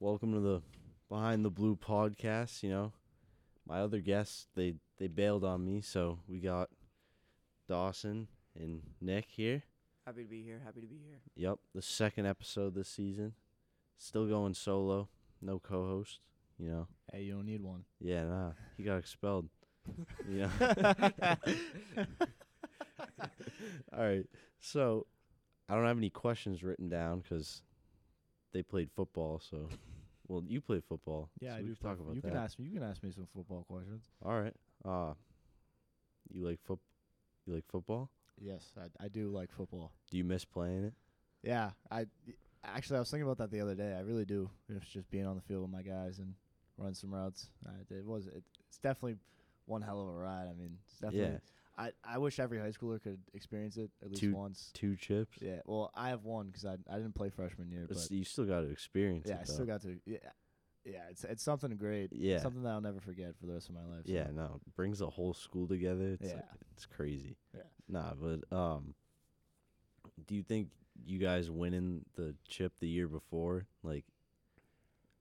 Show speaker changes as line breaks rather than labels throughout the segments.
welcome to the Behind the Blue podcast. You know, my other guests they they bailed on me, so we got Dawson and Nick here.
Happy to be here. Happy to be here.
Yep, the second episode this season. Still going solo, no co-host. You know,
Hey, you don't need one.
yeah, nah, he got expelled. yeah. All right, so I don't have any questions written down because they played football. So, well, you played football.
Yeah,
so
I
we
do
could
play
talk
fo-
about
you
that.
can ask me. You can ask me some football questions.
All right. Uh you like foot you like football?
Yes, I, I do like football.
Do you miss playing it?
Yeah, I actually I was thinking about that the other day. I really do. It's just being on the field with my guys and run some routes. I- It was it, it's definitely one hell of a ride. I mean, it's definitely.
Yeah.
I I wish every high schooler could experience it at least
Two-
once.
Two chips?
Yeah. Well, I have one 'cause I I didn't play freshman year, but
It's- you still got to experience
yeah,
it.
I
though.
still got to. Yeah, yeah. It's it's something great.
Yeah.
Something that I'll never forget for the rest of my life. so-
Yeah, no. It brings the whole school together. It's
Yeah.
like, it's crazy.
Yeah.
Nah, but um do you think you guys winning the chip the year before like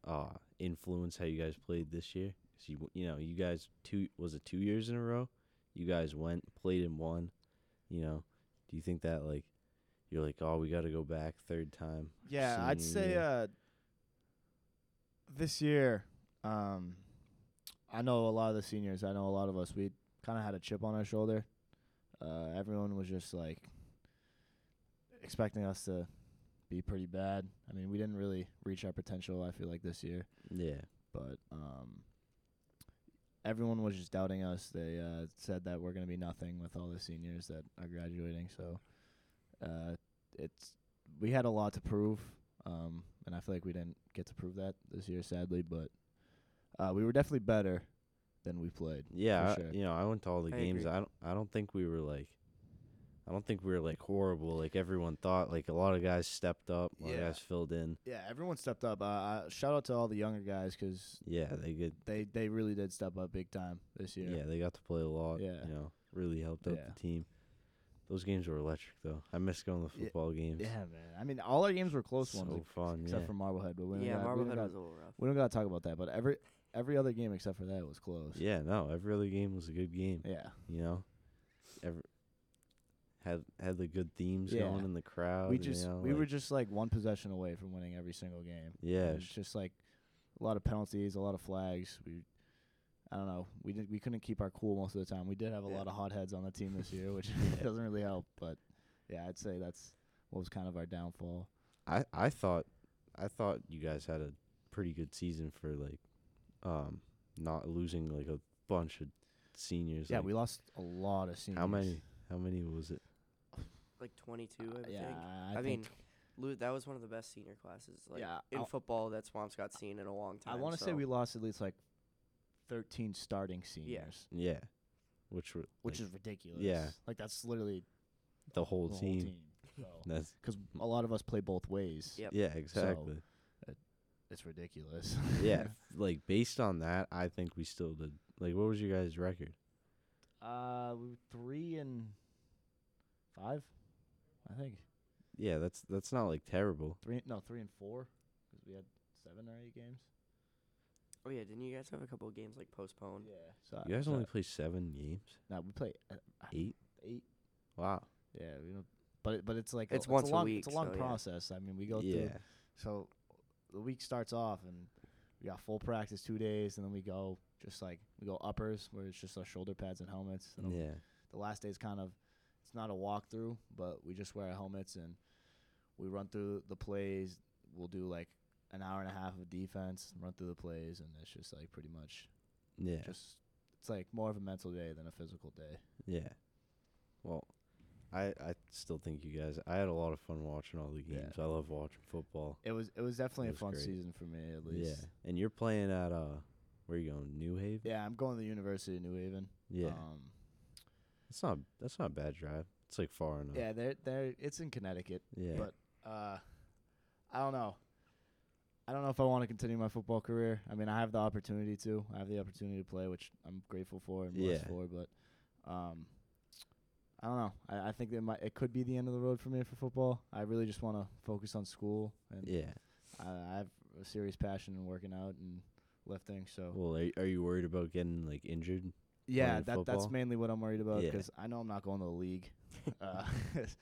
uh influence how you guys played this year? 'Cause you you know, you guys two was it 2 years in a row? You guys went, played and won, you know. Do you think that like you're like, "Oh, we got to go back third time."
Yeah, I'd
senior
say
year.
uh, this year, um, I know a lot of the seniors. I know a lot of us. We kind of had a chip on our shoulder. Uh, everyone was just like expecting us to be pretty bad. I mean, we didn't really reach our potential. I feel like this year,
Yeah.
but um, everyone was just doubting us. They uh, said that we're gonna be nothing with all the seniors that are graduating. So uh, it's we had a lot to prove, um, and I feel like we didn't get to prove that this year, sadly. But uh, we were definitely better than we played.
Yeah, I-
sure.
you know, I went to all the
I
games.
agree.
I don't I don't think we were like I don't think we were like horrible like everyone thought. Like a lot of guys stepped up, a lot
Yeah.
of guys filled in.
Yeah, everyone stepped up. Uh, uh, shout out to all the younger guys 'cause
Yeah, they could
they they really did step up big time this
yeah.
year.
they got to play a lot,
Yeah.
you know. Really helped out
Yeah.
the team. Those games were electric though. I miss going to
Yeah,
football games.
Yeah, man. I mean, all our games were close
so
ones, ex-
fun,
except
yeah.
for Marblehead. But we don't
yeah,
got, we
Marblehead
don't got
was a little rough.
We don't gotta talk about that, but every every other game except for that was close.
Yeah, no, every other game was a good game,
Yeah.
you know. Every had had the good themes
Yeah.
going in the crowd.
We
you
just
know,
we were
Oh, like-
just like one possession away from winning every single game.
Yeah,
It's just like a lot of penalties, a lot of flags. We I don't know. We did we couldn't keep our cool most of the time. We did have a
Yeah.
lot of hotheads on the team this year, which
Yeah.
doesn't really help, but yeah, I'd say that's what was kind of our downfall.
I I thought I thought you guys had a pretty good season for like um not losing like a bunch of seniors.
yeah,
like,
we lost a lot of seniors.
how many how many was it?
Like 22, I would
Uh, yeah,
think.
I,
I,
think-
mean, Lou, that was one of the best senior classes. Like
Yeah,
in
I'll-
football that Swamps got seen in a long time.
I want to say
so-
we lost at least like 13 starting seniors.
Yeah. Which were
which
like,
is ridiculous.
yeah.
like that's literally
the whole
the
team.
whole team. So,
That's
because a lot of us play both ways.
Yep.
yeah, exactly.
It's ridiculous.
yeah. Like based on that, I think we still did like what was your guys' record?
uh, we were three and five, I think.
Yeah, that's that's not like terrible.
Three, no, three and four, because we had seven or eight games.
Oh yeah, didn't you guys have a couple of games like postponed?
Yeah. So
You guys
Uh, so-
only play seven games?
no, we play uh, uh,
Eight?
eight.
Wow.
Yeah, we don't. But it, but it's like
It's
a,
once
it's
a
a long,
week,
It's a long
so yeah.
process. I mean, we go through.
Yeah.
So the week starts off and we got full practice two days, and then we go just like we go uppers where it's just our shoulder pads and helmets. And
Yeah.
The last day is kind of it's not a walkthrough, but we just wear our helmets and we run through the plays. We'll do like an hour and a half of defense, run through the plays, and it's just like pretty much
Yeah.
just it's like more of a mental day than a physical day.
Yeah. Well, I I still think you guys. I had a lot of fun watching all the
Yeah.
games. I love watching football.
It was it was definitely
was
a fun
great.
season for me at
Yeah.
least.
And you're playing at uh, where you going? New Haven.
Yeah, I'm going to the University of New Haven.
Yeah.
Um,
that's not that's not a bad drive. It's like far enough.
yeah, they're they're it's in Connecticut.
Yeah.
But uh, I don't know. I don't know if I want to continue my football career. I mean, I have the opportunity to. I have the opportunity to play, which I'm grateful for and blessed
Yeah.
for. But um, I don't know. I, I think that might it could be the end of the road for me for football. I really just want to focus on school, and
yeah.
I, I've a serious passion in working out and lifting. So
Well, are, are you worried about getting like injured?
yeah,
playing
that that's
football?
mainly what I'm worried about
Yeah.
'cause I know I'm not going to the league. uh,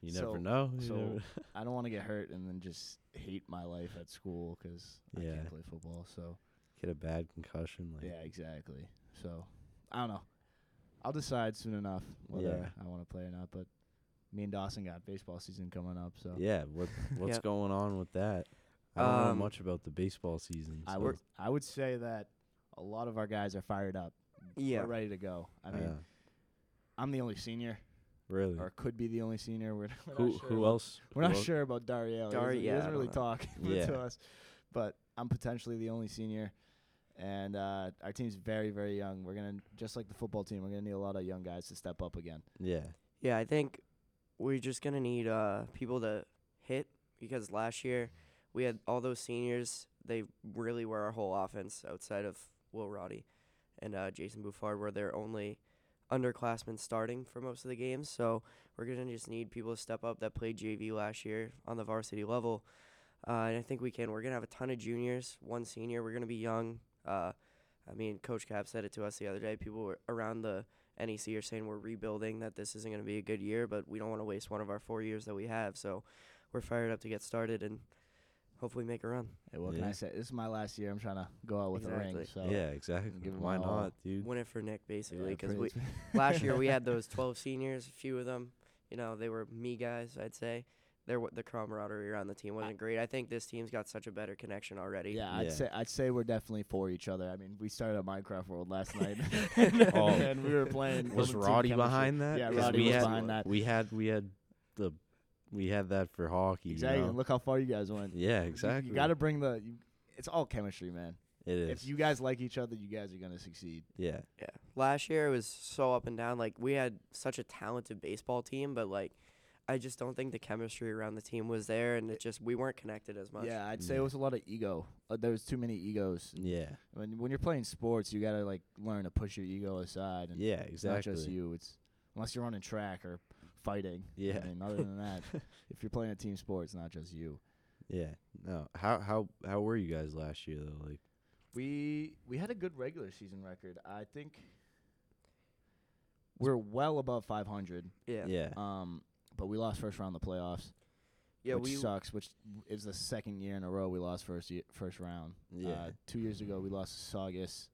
You
So-
never know. you
so
never-
I don't want to get hurt and then just hate my life at school 'cause I
Yeah.
can't play football. So
get a bad concussion. Like,
yeah, exactly. So I don't know. I'll decide soon enough whether I want to play or not. But me and Dawson got baseball season coming up, so
Yeah, what what's
Yeah.
going on with that? I don't
Um,
know much about the baseball season.
I
so-
would I would say that a lot of our guys are fired up.
Yeah.
We're ready to go. I mean,
Yeah,
I'm the only senior,
really.
or could be the only senior. We're, we're
Who
not sure.
who
about-
else?
We're
who
not
else-
sure about Dario. He
Dari-
doesn't, he
yeah, I
doesn't
don't
really
know.
talk
Yeah.
to us, but I'm potentially the only senior, and uh, our team's very very young. We're gonna just like the football team. We're gonna need a lot of young guys to step up again.
Yeah,
Yeah, I think we're just gonna need uh people to hit because last year we had all those seniors. They really were our whole offense outside of Will Roddy and uh, Jason Buffard were their only underclassmen starting for most of the games. So we're gonna just need people to step up that played JV last year on the varsity level. Uh, and I think we can. We're gonna have a ton of juniors, one senior. We're gonna be young. Uh, I mean, Coach Cap said it to us the other day. People were around the NEC are saying we're rebuilding, that this isn't going to be a good year, but we don't want to waste one of our four years that we have. So we're fired up to get started and hopefully make a run.
Hey, what can
Yeah.
I say? This is my last year. I'm trying to go out with a ring.
Exactly.
So
yeah, exactly.
give 'em
Why
all-
not, dude?
Win it for Nick, basically,
Yeah,
because
pretty-
last year we had those 12 seniors, a few of them, you know, they were me guys, I'd say. There, wa- the camaraderie around the team wasn't great. I think this team's got such a better connection already.
Yeah, I'd
Yeah.
say I'd say we're definitely for each other. I mean, we started a Minecraft world last night,
Oh.
and we were playing.
was
team
Roddy
chemistry.
behind that?
Yeah,
'Cause
Roddy
we
was
had,
behind that.
We had we had the we had that for hockey. you
Exactly.
know?
and Look how far you guys went.
Yeah,
You-
exactly.
You, got to bring the. You, it's all chemistry, man.
It is.
If you guys like each other, you guys are gonna succeed.
yeah,
Yeah. Last year it was so up and down. Like we had such a talented baseball team, but like I just don't think the chemistry around the team was there and it just we weren't connected as much.
Yeah, I'd say
Yeah.
it was a lot of ego. Uh, there was too many egos.
yeah,
When when you're playing sports, you gotta like learn to push your ego aside. And
yeah.
It's not
Exactly.
just you. It's unless you're running track or fighting.
Yeah.
I mean, other than that, if you're playing a team sport, it's not just you.
Yeah. No. How how how were you guys last year though? Like,
We we had a good regular season record. I think we're well above 500.
Yeah.
yeah,
Um, but we lost first round of the playoffs,
Yeah,
which
we
sucks. Which is the second year in a row we lost first year, first round.
Yeah.
Uh, two years ago we lost to Saugus,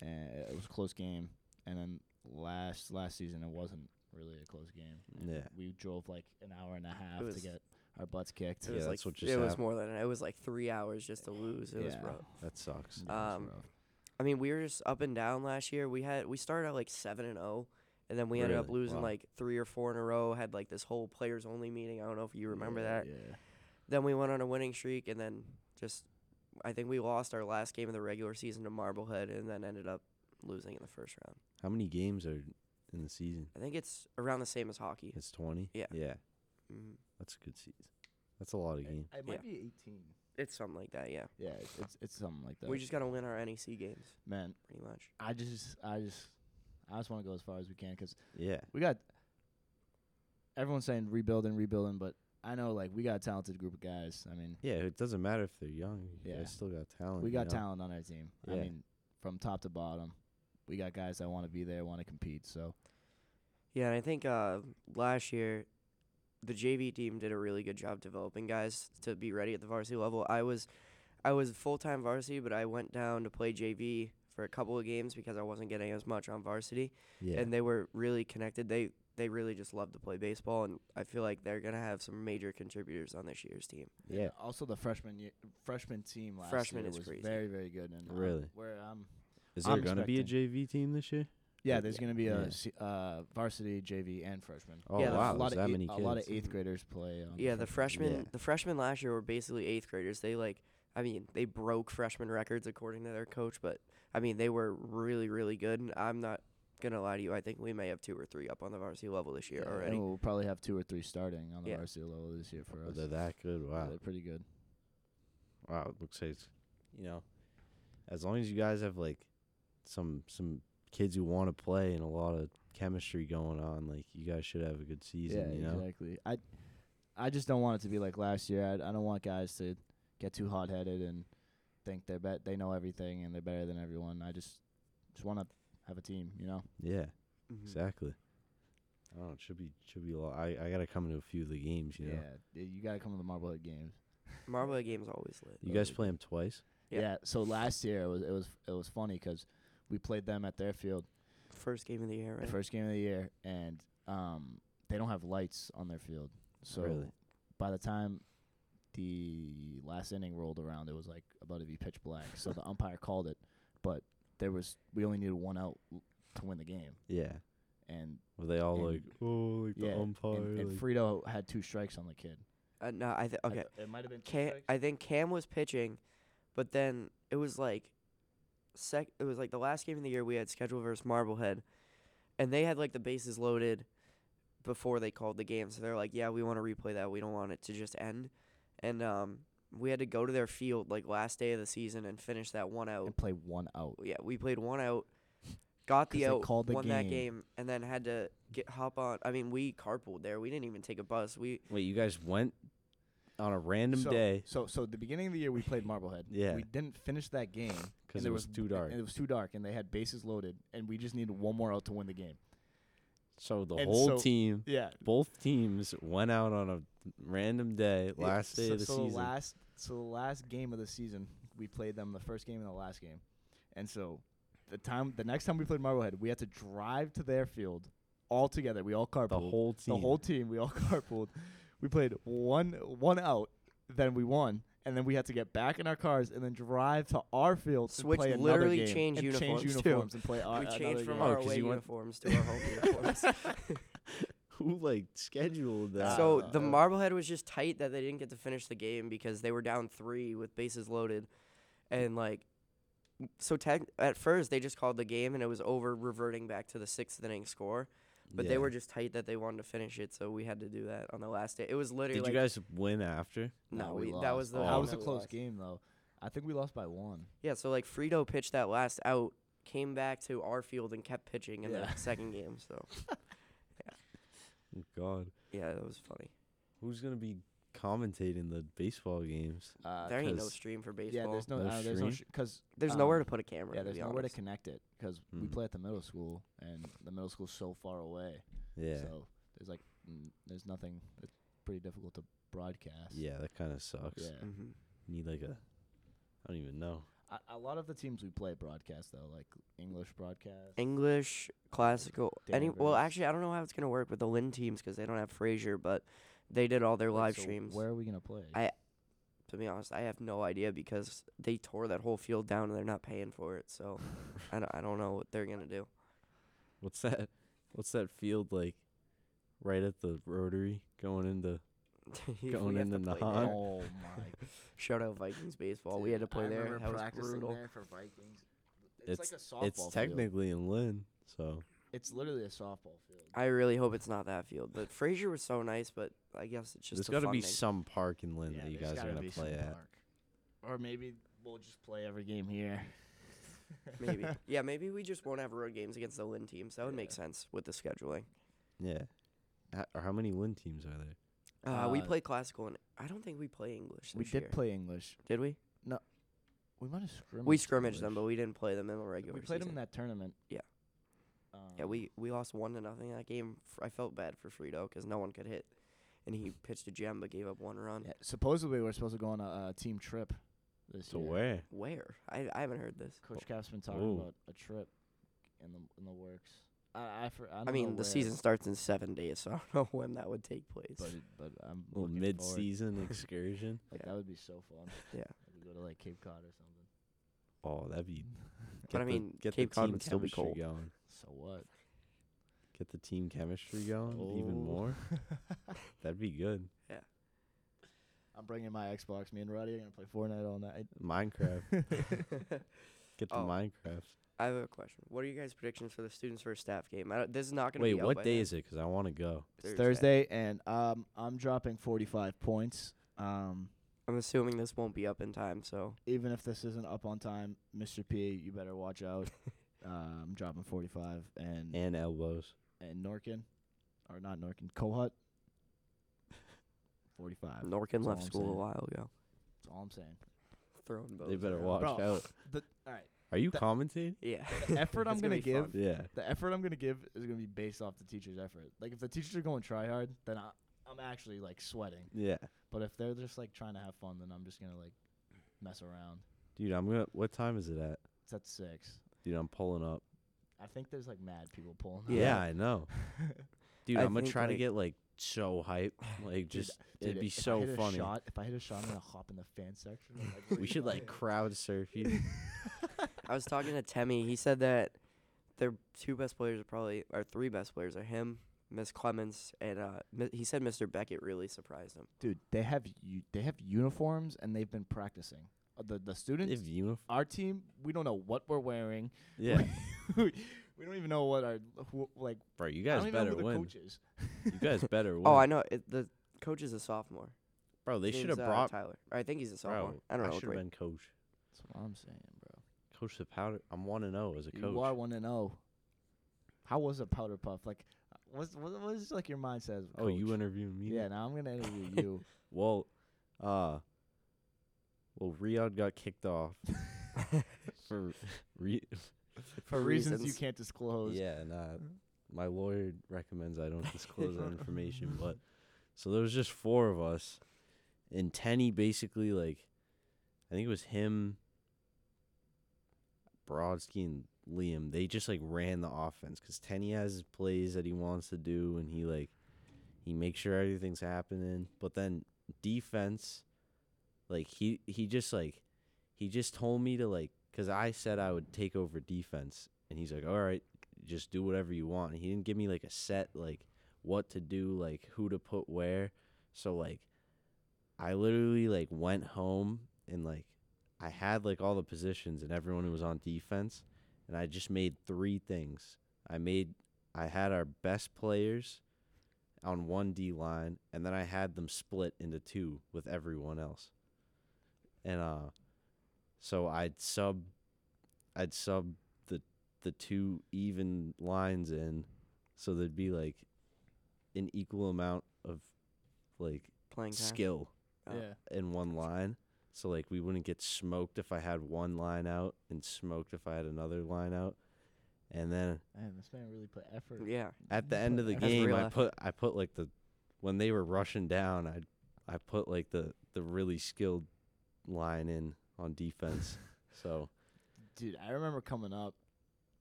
and it was a close game. And then last last season it wasn't really a close game. and
Yeah.
We drove like an hour and a half to
was-
get our butts kicked.
it
Yeah,
was
that's
like
what
it
just
was
happened.
more than it was like three hours just to lose. It was
Yeah.
rough.
that sucks.
Yeah, it was
Um,
rough.
I mean, we were just up and down last year. We had we started out like seven and zero, and then we ended up
Really?
losing
Wow.
like three or four in a row. Had like this whole players only meeting. I don't know if you remember
Yeah,
that.
Yeah.
Then we went on a winning streak, and then just I think we lost our last game of the regular season to Marblehead, and then ended up losing in the first round.
How many games are in the season?
I think it's around the same as hockey.
It's twenty.
Yeah.
Yeah.
Mm,
That's a good season. That's a lot of game.
It
might
might be 18.
it's something like that. Yeah,
Yeah, it's, it's it's something like that.
we just gotta win our NEC games,
man,
pretty much.
I just I just I just want to go as far as we can 'cause
Yeah.
we got everyone's saying rebuilding, rebuilding, but I know like we got a talented group of guys. I mean,
Yeah. It doesn't matter if they're young. You
Yeah.
guys still got talent.
we
you
got
know?
talent on our team. I
Yeah.
mean, from top to bottom, we got guys that want to be there, want to compete. So
Yeah, and I think uh, last year the JV team did a really good job developing guys to be ready at the varsity level. I was I was full time varsity, but I went down to play JV for a couple of games because I wasn't getting as much on varsity,
Yeah.
and they were really connected. They they really just love to play baseball, and I feel like they're gonna have some major contributors on this year's team.
yeah.
Also, the freshman year, freshman team last
Freshman
year
is
was
crazy.
very very good and um,
Really?
where um
Is
I'm
there gonna be a
expecting-
JV team this year?
yeah there's
Yeah.
gonna be a
Yeah.
se- uh, varsity JV and freshman.
Oh
Yeah,
wow,
a lot
there's
of
that
eight-
many
a
kids.
lot of eighth
Mhm.
graders play. On
Yeah, the freshmen
Yeah.
the freshmen last year were basically eighth graders. They like I mean, they broke freshman records according to their coach, but I mean they were really, really good and I'm not gonna lie to you, I think we may have two or three up on the varsity level this year
Yeah,
already.
And we'll probably have two or three starting on the
Yeah.
varsity level this year for
Oh,
us.
they're that good.
Yeah,
Wow.
They're pretty good.
Wow. It looks like it's, you know, as long as you guys have like some some kids who want to play and a lot of chemistry going on, like you guys should have a good season.
yeah,
you know.
exactly. I I just don't want it to be like last year. I, I don't want guys to get too hot headed and think they're bet they know everything and they're better than everyone. I just just want to have a team, you know.
Yeah,
Mhm.
exactly. I don't know. It should be should be a lot. I I gotta come to a few of the games. You know,
Yeah, you got to come to the Marblehead games.
Marblehead game's always lit.
you guys
Totally.
play them twice.
Yeah.
Yeah. So last year it was it was it was funny 'cause we played them at their field
First game of the year,
the
right?
first game of the year, and um, they don't have lights on their field. So
Really?
by the time the last inning rolled around, it was like about to be pitch black. so the umpire called it, but there was we only needed one out l- to win the game,
Yeah,
and
were they all
And-
like oh like
yeah,
the umpire?
and, and
like-
Frito had two strikes on the kid.
Uh, no, I th-
I
okay.
th- it might have been two
Cam,
strikes.
I think Cam was pitching, but then it was like, sec. It was like the last game of the year we had scheduled versus Marblehead, and they had like the bases loaded before they called the game. So they're like, "Yeah, we want to replay that. We don't want it to just end." And um, we had to go to their field like last day of the season and finish that one out.
and play one out.
Yeah, we played one out, got
'Cause
the
they
out,
called the
won that
game.
game, and then had to get hop on. I mean, we carpooled there. We didn't even take a bus. We
Wait, you guys went on a random
so,
day
So so the beginning of the year we played Marblehead.
Yeah.
We didn't finish that game and
because it
there
was too dark.
And it was too dark and they had bases loaded and we just needed one more out to win the game.
So the
and
whole
so-
team,
Yeah.
both teams, went out on a random day,
Yeah,
last day
so,
of the
so
season.
The last, so the last game of the season, we played them the first game and the last game, and so the time the next time we played Marblehead, we had to drive to their field all together. We all carpooled.
the whole team.
the whole team. We all carpooled. We played one one out, then we won, and then we had to get back in our cars and then drive to our field
Switch-
and play another
literally
game
change
and
uniforms, too.
change uniforms and play our
we
Uh, another
changed from
game.
Oh,
our
'cause
away
you went-
uniforms to our home uniforms.
Who like scheduled that?
So
Uh,
the
uh,
Marblehead was just tight that they didn't get to finish the game because they were down three with bases loaded, and like, so tech at first they just called the game and it was over, reverting back to the sixth inning score. But
Yeah.
they were just tight that they wanted to finish it, so we had to do that on the last day. It was literally
Did
like
you guys win after?
no,
No,
we,
we
that
lost.
was the
Oh.
that
one
was a
we
close
lost.
game though. I think we lost by one.
Yeah, so like Frito pitched that last out, came back to our field and kept pitching in
Yeah.
the second game. So
Oh, God,
yeah, that was funny.
who's gonna be commentating the baseball games?
Uh,
there ain't no
'cause-
stream for
yeah,
baseball.
there's no,
No
uh, there's no
stream?
because
There's
um,
nowhere to put a camera.
Yeah,
to
there's
be
nowhere to
honest.
connect it 'cause we
Mm-hmm.
Mm.
play at the middle school, and the middle school's so far away.
Yeah,
So there's like, mm, there's nothing. It's pretty difficult to broadcast.
yeah, that kind of sucks.
Yeah.
Mhm.
Need like a, I don't even know.
A, a lot of the teams we play broadcast though, like English broadcast.
English, classical, any. Well,
Danvers.
actually, I don't know how it's gonna work with the Lynn teams 'cause they don't have Frazier, but they did all their
Like,
live
so
streams.
Where are we gonna play?
I- To be honest, I have no idea because they tore that whole field down and they're not paying for it. So I don't, I don't know what they're gonna do.
What's that? What's that field like? Right at the rotary, going into
If we
Going
have
in
to
the
play there.
Nahant.
oh my!
Shout out Vikings baseball. we had to play there. That was brutal.
for Vikings.
It's-
like a softball.
it's technically in Lynn, so
It's literally a softball field.
I really hope it's not that field. But Frazier was so nice, but I guess it's just.
there's
a
got to be
fun thing.
some park in Lynn that you
there's
guys are
gotta
gonna
be some
play at.
park. Or maybe we'll just play every game here.
maybe. Yeah, maybe we just won't have road games against the Lynn teams. That would make
Yeah.
sense with the scheduling.
Yeah. H- or how many Lynn teams are there?
Uh, we
Uh,
play classical, and I don't think we play English.
we
this
did
year.
play English.
Did we?
We might have scrimmaged.
We scrimmaged them, but
English.
we didn't play them in the regular.
we played them
season.
in that tournament.
Yeah.
Um,
Yeah, we we lost one to nothing that game. F- I felt bad for Frito because no one could hit, and he pitched a gem but gave up one run.
yeah, supposedly we're supposed to go on a, a team trip this
So
year.
where?
Where? I I haven't heard this.
Coach Cap's been talking
Ooh.
about a trip in the in the works. I I, for, I, don't
I
know
mean, the
where,
season starts in seven days, so I don't know when that would take place.
But it, but I'm
little
looking forward.
mid-season excursion.
Like
Yeah.
that would be so fun.
Yeah.
If we go to like Cape Cod or something.
Oh, that'd be.
But I
get the-
mean,
get
Cape
the
Cod
team
would still be
chemistry
cold.
Going.
So what?
Get the team chemistry going even
Oh.
more. That'd be good.
I'm bringing my Xbox. Me and Roddy are gonna play Fortnite all night.
Minecraft. Get the
Oh.
Minecraft.
I have a question. What are you guys' predictions for the students versus staff game? I don't, this is not going to be.
Wait,
out
what
by
day
then.
is it? 'Cause I want to go.
It's Thursday, and um, I'm dropping 45 points. Um,
I'm assuming this won't be up in time, so
even if this isn't up on time, Mr. P, you better watch out. uh, I'm dropping 45, and
And elbows.
and Norkin, or not Norkin, Kohut, 45.
Norkin
That's all
left
I'm
school a
saying.
while ago.
That's all I'm saying.
throwing bows.
They better
around.
watch
Bro.
out.
The, all right,
Are you
That-
commentating?
Yeah.
the effort I'm
It's
gonna,
be
give,
fun.
Yeah.
the effort I'm gonna give is gonna be based off the teacher's effort. Like if the teachers are going try hard, then I, I'm actually like sweating.
Yeah.
But if they're just like trying to have fun, then I'm just gonna like mess around.
Dude, I'm gonna what time is it at?
It's at six.
Dude, I'm pulling up.
I think there's like mad people pulling. up.
Yeah,
Yeah.
I know. Dude,
I
I am gonna
think,
try to
like-
get like so hype. Like just
Dude,
it'd be
if I
so
hit a
funny.
shot- if I hit a shot, I'm gonna hop in the fan section. and,
we should like
fucking-
crowd surf you.
I was talking to Temmie. He said that their two best players are probably, or three best players are him, Miss Clemens, and uh, mi- he said Mr. Beckett really surprised him.
dude. They have u- they have uniforms and they've been practicing. Uh, the the students,
if you
our team, we don't know what we're wearing.
Yeah.
we don't even know what our who, like.
Bro, you
I
guys
don't even know
better
who the
win.
coach is.
You guys better win.
Oh, I know. It, the coach is a sophomore.
Bro, they
His
should have
name's, uh,
brought
Tyler. Or I think he's a sophomore.
Bro,
I don't know. what
should have
grade.
been coach.
That's what I'm saying, bro.
Coach the powder. I'm one and zero as a coach.
You are one and zero. How was a powder puff? Like, uh, what's what was like your mindset? As a
oh, you
coach?
interviewing me?
Yeah, now I'm gonna interview you.
Well, uh, well, Riyadh got kicked off for re-
for reasons you
reasons.
can't disclose.
yeah, and uh, my lawyer recommends I don't disclose that information. But so there was just four of us, and Tenny basically like, I think it was him, Brodsky and Liam. They just like ran the offense because Tenny has his plays that he wants to do, and he like he makes sure everything's happening. But then defense, like he he just like he just told me to like because I said I would take over defense, and he's like, all right, just do whatever you want. And he didn't give me like a set like what to do, like who to put where. So like I literally like went home and like I had like all the positions and everyone who was on defense and I just made three things. I made I had our best players on one D line and then I had them split into two with everyone else. And uh so I'd sub I'd sub the the two even lines in so there'd be like an equal amount of like
playing time.
skill
Oh.
yeah.
in one line. So like we wouldn't get smoked if I had one line out and smoked if I had another line out. And then
Man, this man really put effort.
Yeah.
at the
Put
end of the
effort.
That's
game
real
I
effort.
put I put like the when they were rushing down I I put like the the really skilled line in on defense. so
Dude, I remember coming up.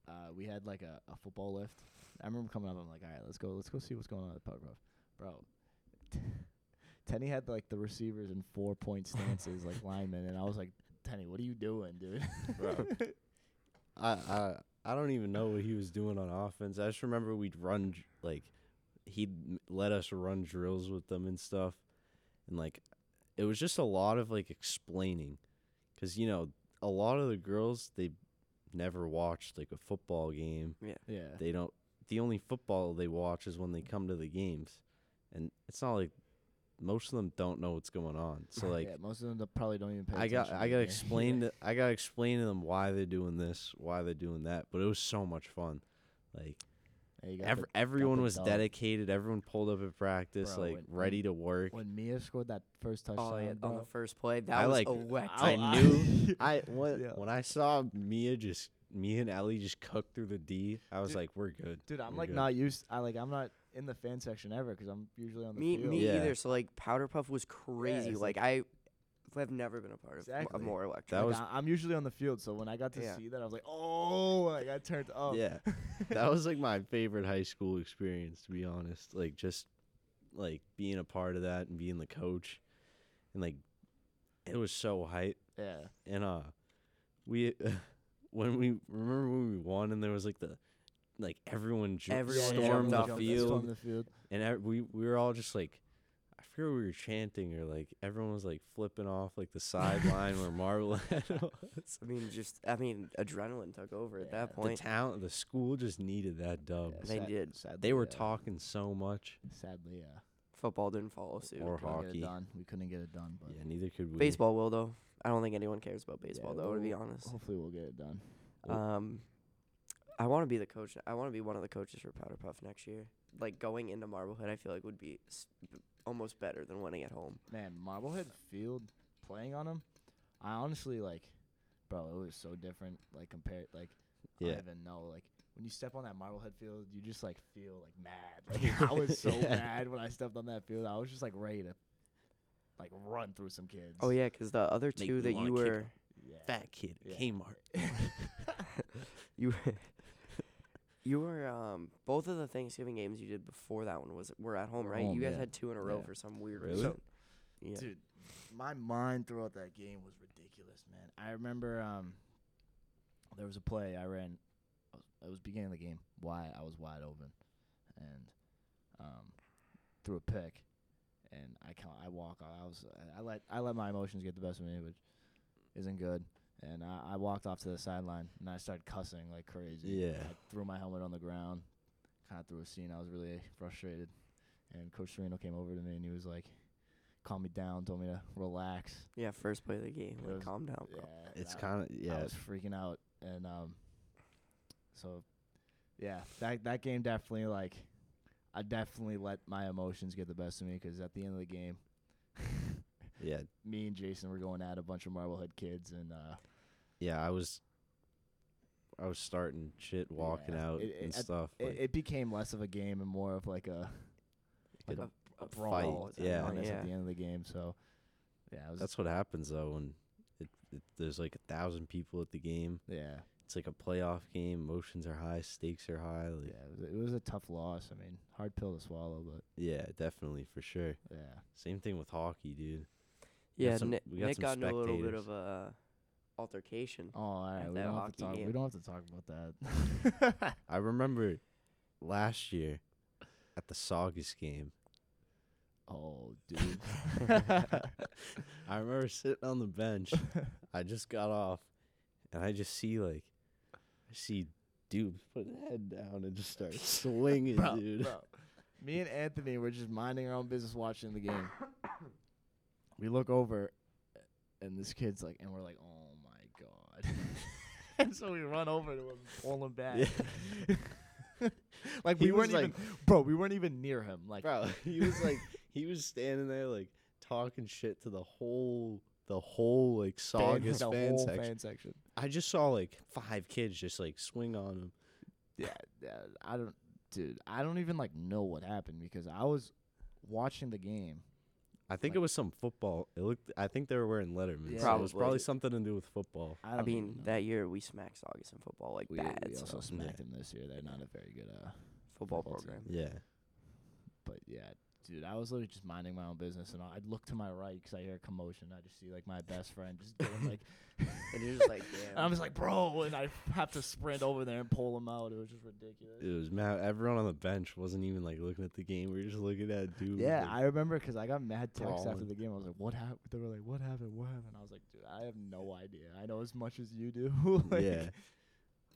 Uh, we had like a, a football lift. I remember coming up. I'm like, all right, let's go. Let's go see what's going on at Puck Rough, bro. Tenny had like the receivers in four point stances, like linemen, and I was like, Tenny, what are you doing, dude?
Bro. I I I don't even know what he was doing on offense. I just remember we'd run dr- like he'd m- let us run drills with them and stuff, and like it was just a lot of like explaining, because you know a lot of the girls they never watched like a football game.
yeah,
They don't. The only football they watch is when they come to the games, and it's not like most of them don't know what's going on. So like
yeah. Most of them don't- probably don't even pay.
I got
attention
I got to
there.
explain to I got to explain to them why they're doing this, why they're doing that. But it was so much fun. Like
Yeah, you got
ev-
the-
everyone
the
was
dub.
dedicated. Everyone pulled up at practice,
Bro,
like
when-
ready to work.
when Mia scored that first touchdown.
Oh, yeah. On
bro, Oh,
the first play, that
I
was
like-
electric.
I
I-
knew I when,
Yeah.
when I saw Mia just me and Ellie just cooked through the D. I was
Dude-
like, we're good.
Dude, I'm
You're
like
good.
not used. I like I'm not in the fan section ever 'cause I'm usually on the
Me,
field.
me
Yeah.
either. So like, Powder Puff was crazy.
it's
like,
like-
I have never been a part of
Exactly.
a more electric.
That
Like,
was-
I, am usually on the field, so when I got to
Yeah.
see that, I was like, oh, like I turned up.
Yeah, that was like my favorite high school experience, to be honest. Like just like being a part of that and being the coach, and like it was so hype.
yeah.
and uh we when we remember when we won and there was like the like everyone ju-
Everyone jumped
stormed the
up and
field
Stormed the field.
and ev- we we were all just like I forget what we were chanting or like everyone was like flipping off like the sideline where Marvel was.
I mean, just I mean, adrenaline took over at
Yeah.
that
The
point.
town the school just needed that dub.
Yeah,
They did.
Sadly,
Oh, They were
yeah.
talking so much.
Sadly, yeah.
Football didn't follow suit.
Or
Couldn't get it
hockey.
done. We couldn't get it done, but
Yeah, neither could we.
Baseball will though. I don't think anyone cares about baseball
Yeah, Oh,
though. To be
we'll-
honest,
hopefully we'll get it done.
we'll-
um, I want to be the coach. I want to be one of the coaches for Powder Puff next year. Like going into Marblehead, I feel like would be s- almost better than winning at home.
Man, Marblehead Field playing on them. I honestly like, bro, it was so different. Like compared, like I
Yeah.
don't even know. Like when you step on that Marblehead field, you just like feel like mad. Like I was so
Yeah.
mad when I stepped on that field. I was just like ready to, like run through some kids.
Oh yeah, 'cause the other
Make
two
me
that
wanna
you
kick 'em.
were
yeah.
Fat kid,
Yeah.
Kmart.
you you were um both of the Thanksgiving games you did before that one was were at home,
Were
right?
home,
you guys
yeah.
had two in a row
Yeah.
for some weird
Really?
reason. Yeah.
Dude, my mind throughout that game was ridiculous, man. I remember um, there was a play I ran. I was, it was beginning of the game. Wide, I was wide open, and um, threw a pick, and I count. I walk. I was. I let. I let my emotions get the best of me, which isn't good. And I, I walked off to the sideline, and I started cussing like crazy.
Yeah.
I threw my helmet on the ground. Kind of threw a scene. I was really frustrated, and Coach Sereno came over to me, and he was like calmed me down, told me to relax.
Yeah, first play of the game.
It
Like
was-
calm down, bro.
Yeah,
Oh, It's
I-
kind of
I
yeah.
was freaking out, and um, so yeah, that that game definitely like, I definitely let my emotions get the best of me 'cause at the end of the game,
Yeah.
me and Jason were going at a bunch of Marblehead kids, and uh,
Yeah, I was I was starting shit walking
Yeah,
out
it- it-
and
at-
stuff.
it,
like,
it became less of a game and more of like a like
a-
a, a
a
brawl.
fight, yeah.
honest,
Yeah.
at the end of the game. So yeah, it was
that's what happens though when it, it, there's like a thousand people at the game.
yeah.
It's like a playoff game. Emotions are high, stakes are high. Like,
Yeah, it was, it was a tough loss. I mean, hard pill to swallow, but
yeah. definitely for sure.
yeah.
Same thing with hockey, dude. We got
Yeah,
some-
Nick,
we got
Nick
some
got into a little bit
spectators.
of a uh, altercation.
Oh, all right.
at
We
that
don't, have
hockey
to talk, we
game.
don't have to talk about that.
I remember last year at the Saugus game.
oh, dude.
I remember sitting on the bench. I just got off, and I just see like, I see dudes put his head down and just start swinging,
Bro,
dude.
bro. Me and Anthony were just minding our own business watching the game. We look over, and this kid's like, and we're like, oh my God. and so we run over to him, pull him back. like,
He
we
was
weren't even, bro, we weren't even near him. Like,
Bro, he was like, he was standing there like talking shit to the whole, the whole like Saugus
the
fan,
whole
section.
fan section.
I just saw like five kids just like swing on him.
yeah, yeah, I don't, dude. I don't even like know what happened because I was watching the game.
I think
Like-
it was some football. It looked. I think they were wearing Letterman.
Yeah.
so it was
Probably.
probably something to do with football.
I,
I,
don't even
mean,
know.
that year we smacked Saugus in football like
we,
bad.
we
so
also
Yeah.
smacked them this year. They're not a very good, uh,
football
football team.
program.
Yeah.
but yeah, dude. I was literally just minding my own business, and I'd look to my right because I hear a commotion. I just see like my best friend just doing like,
And you're just like,
and
damn.
I'm just like, bro, and I have to sprint over there and pull him out. It was just ridiculous.
It was mad. Everyone on the bench wasn't even like looking at the game. We were just looking at dude.
Yeah,
like,
I remember because I got mad texts after
Brawling.
the game. I was like, "What happened?" They were like, "What happened? What happened?" I was like, "Dude, I have no idea. I know as much as you do." Like,
yeah.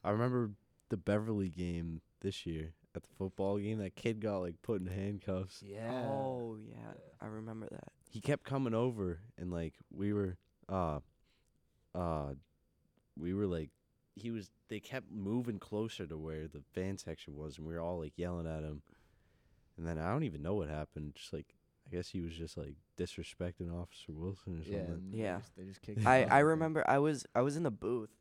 I remember the Beverly game this year at the football game. That kid got like put in handcuffs.
yeah.
Oh yeah, I remember that.
He kept coming over and like we were uh uh we were like he was they kept moving closer to where the fan section was and we were all like yelling at him. And then I don't even know what happened. Just like I guess he was just like disrespecting Officer Wilson or
Yeah,
something.
and they
Yeah.
just- they just kicked
I
him out,
I
think.
remember I was I was in the booth.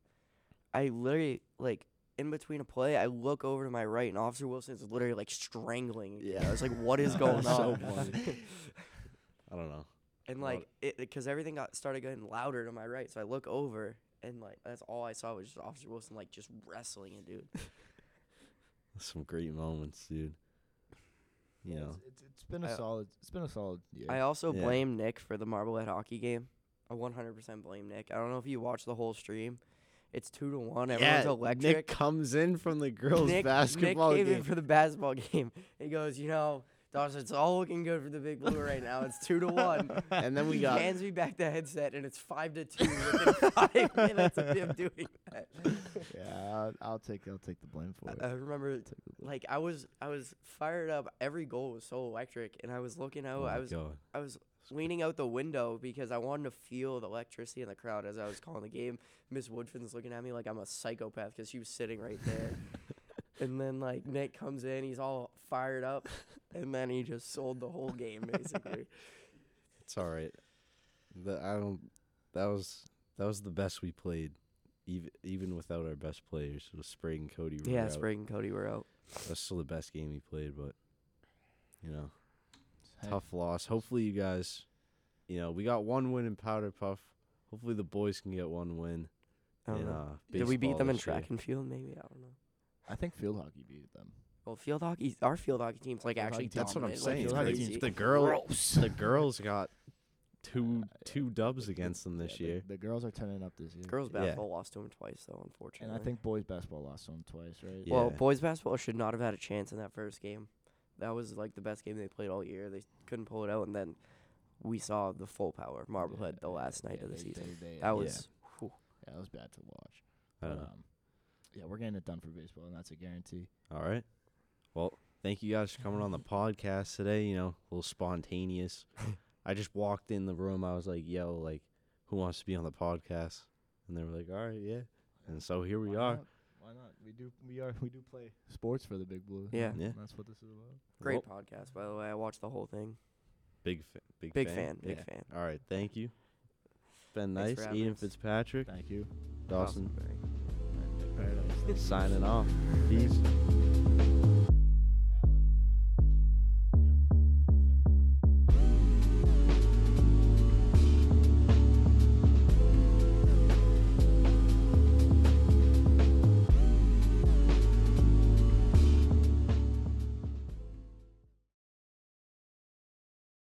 I literally like in between a play, I look over to my right, and Officer Wilson's literally like strangling. a kid. I was like, what is
No,
going
that's so
on?
funny. I don't know.
and
Love
like it because everything got started getting louder to my right, so I look over. And like that's all I saw was just Officer Wilson like just wrestling a dude.
Some great moments, dude. You
Yeah,
know.
it's, it's, it's been a
I-
solid. It's been a solid year.
I also
Yeah.
blame Nick for the Marblehead hockey game. I 100% blame Nick. I don't know if you watched the whole stream. It's two to one. Everyone's electric.
Nick comes in from the girls'
Nick,
basketball
Nick came
game.
in for the basketball game. He goes, you know, Dawson, it's all looking good for the Big Blue right now. It's two to one.
and then we
he
got
hands me back the headset, and it's five to two within five minutes of him doing that.
yeah, I'll, I'll take. I'll take the blame for it.
I remember,
Take the blame.
like, I was, I was fired up. Every goal was so electric, and I was looking out.
Oh
I
my
was,
God.
I was leaning out the window because I wanted to feel the electricity in the crowd as I was calling the game. Miss Woodfin's looking at me like I'm a psychopath because she was sitting right there. and then like Nick comes in, he's all fired up, and then he just sold the whole game basically.
It's all right. The, I don't. That was That was the best we played, even even without our best players. It was Sprague and Cody. Were
Yeah,
out.
Sprague and Cody were out.
That's still the best game we played, but you know,
Hey,
tough loss. Hopefully, you guys, you know, we got one win in Powder Puff. Hopefully, the boys can get one win.
I don't
in,
know.
uh,
Did we beat
baseball
them in
this year.
track and field? Maybe I don't know.
I think field hockey beat them.
Well, field hockey, our field hockey team's like
Field
actually
hockey team's
That's what I'm
dominant, like,
saying.
it's
Field hockey
The-
crazy.
team's
the girl,
Gross.
the girls got two
Uh,
two dubs against them
Yeah,
this
the-
year.
The, girls are turning up this year.
Girls
Yeah.
basketball lost to him twice though, unfortunately.
and I think boys basketball lost to them twice, right?
Yeah.
Well, boys basketball should not have had a chance in that first game. That was like the best game they played all year. They couldn't pull it out, and then we saw the full power of Marblehead the last night
yeah,
of the
they-
season.
they- they-
That was whew.
yeah, that was bad to watch.
I
But,
don't know.
um, yeah, we're getting it done for baseball, and that's a guarantee.
All right. Well, thank you guys for coming on the podcast today. You know, a little spontaneous. I just walked in the room. I was like, yo, like, who wants to be on the podcast? And they were like, all right, yeah. And so here we
Why
are.
Not? Why not? We do. We are. We do play sports for the Big Blue.
Yeah.
Yeah.
and that's what this is about.
great
Well,
podcast, by the way. I watched the whole thing.
big, fa- big,
Big fan, big
Yeah.
fan.
All right. Thank you. It's been
Thanks for
nice.
having
Ian
us.
Fitzpatrick,
Thank you.
Dawson,
Awesome.
signing off. Peace.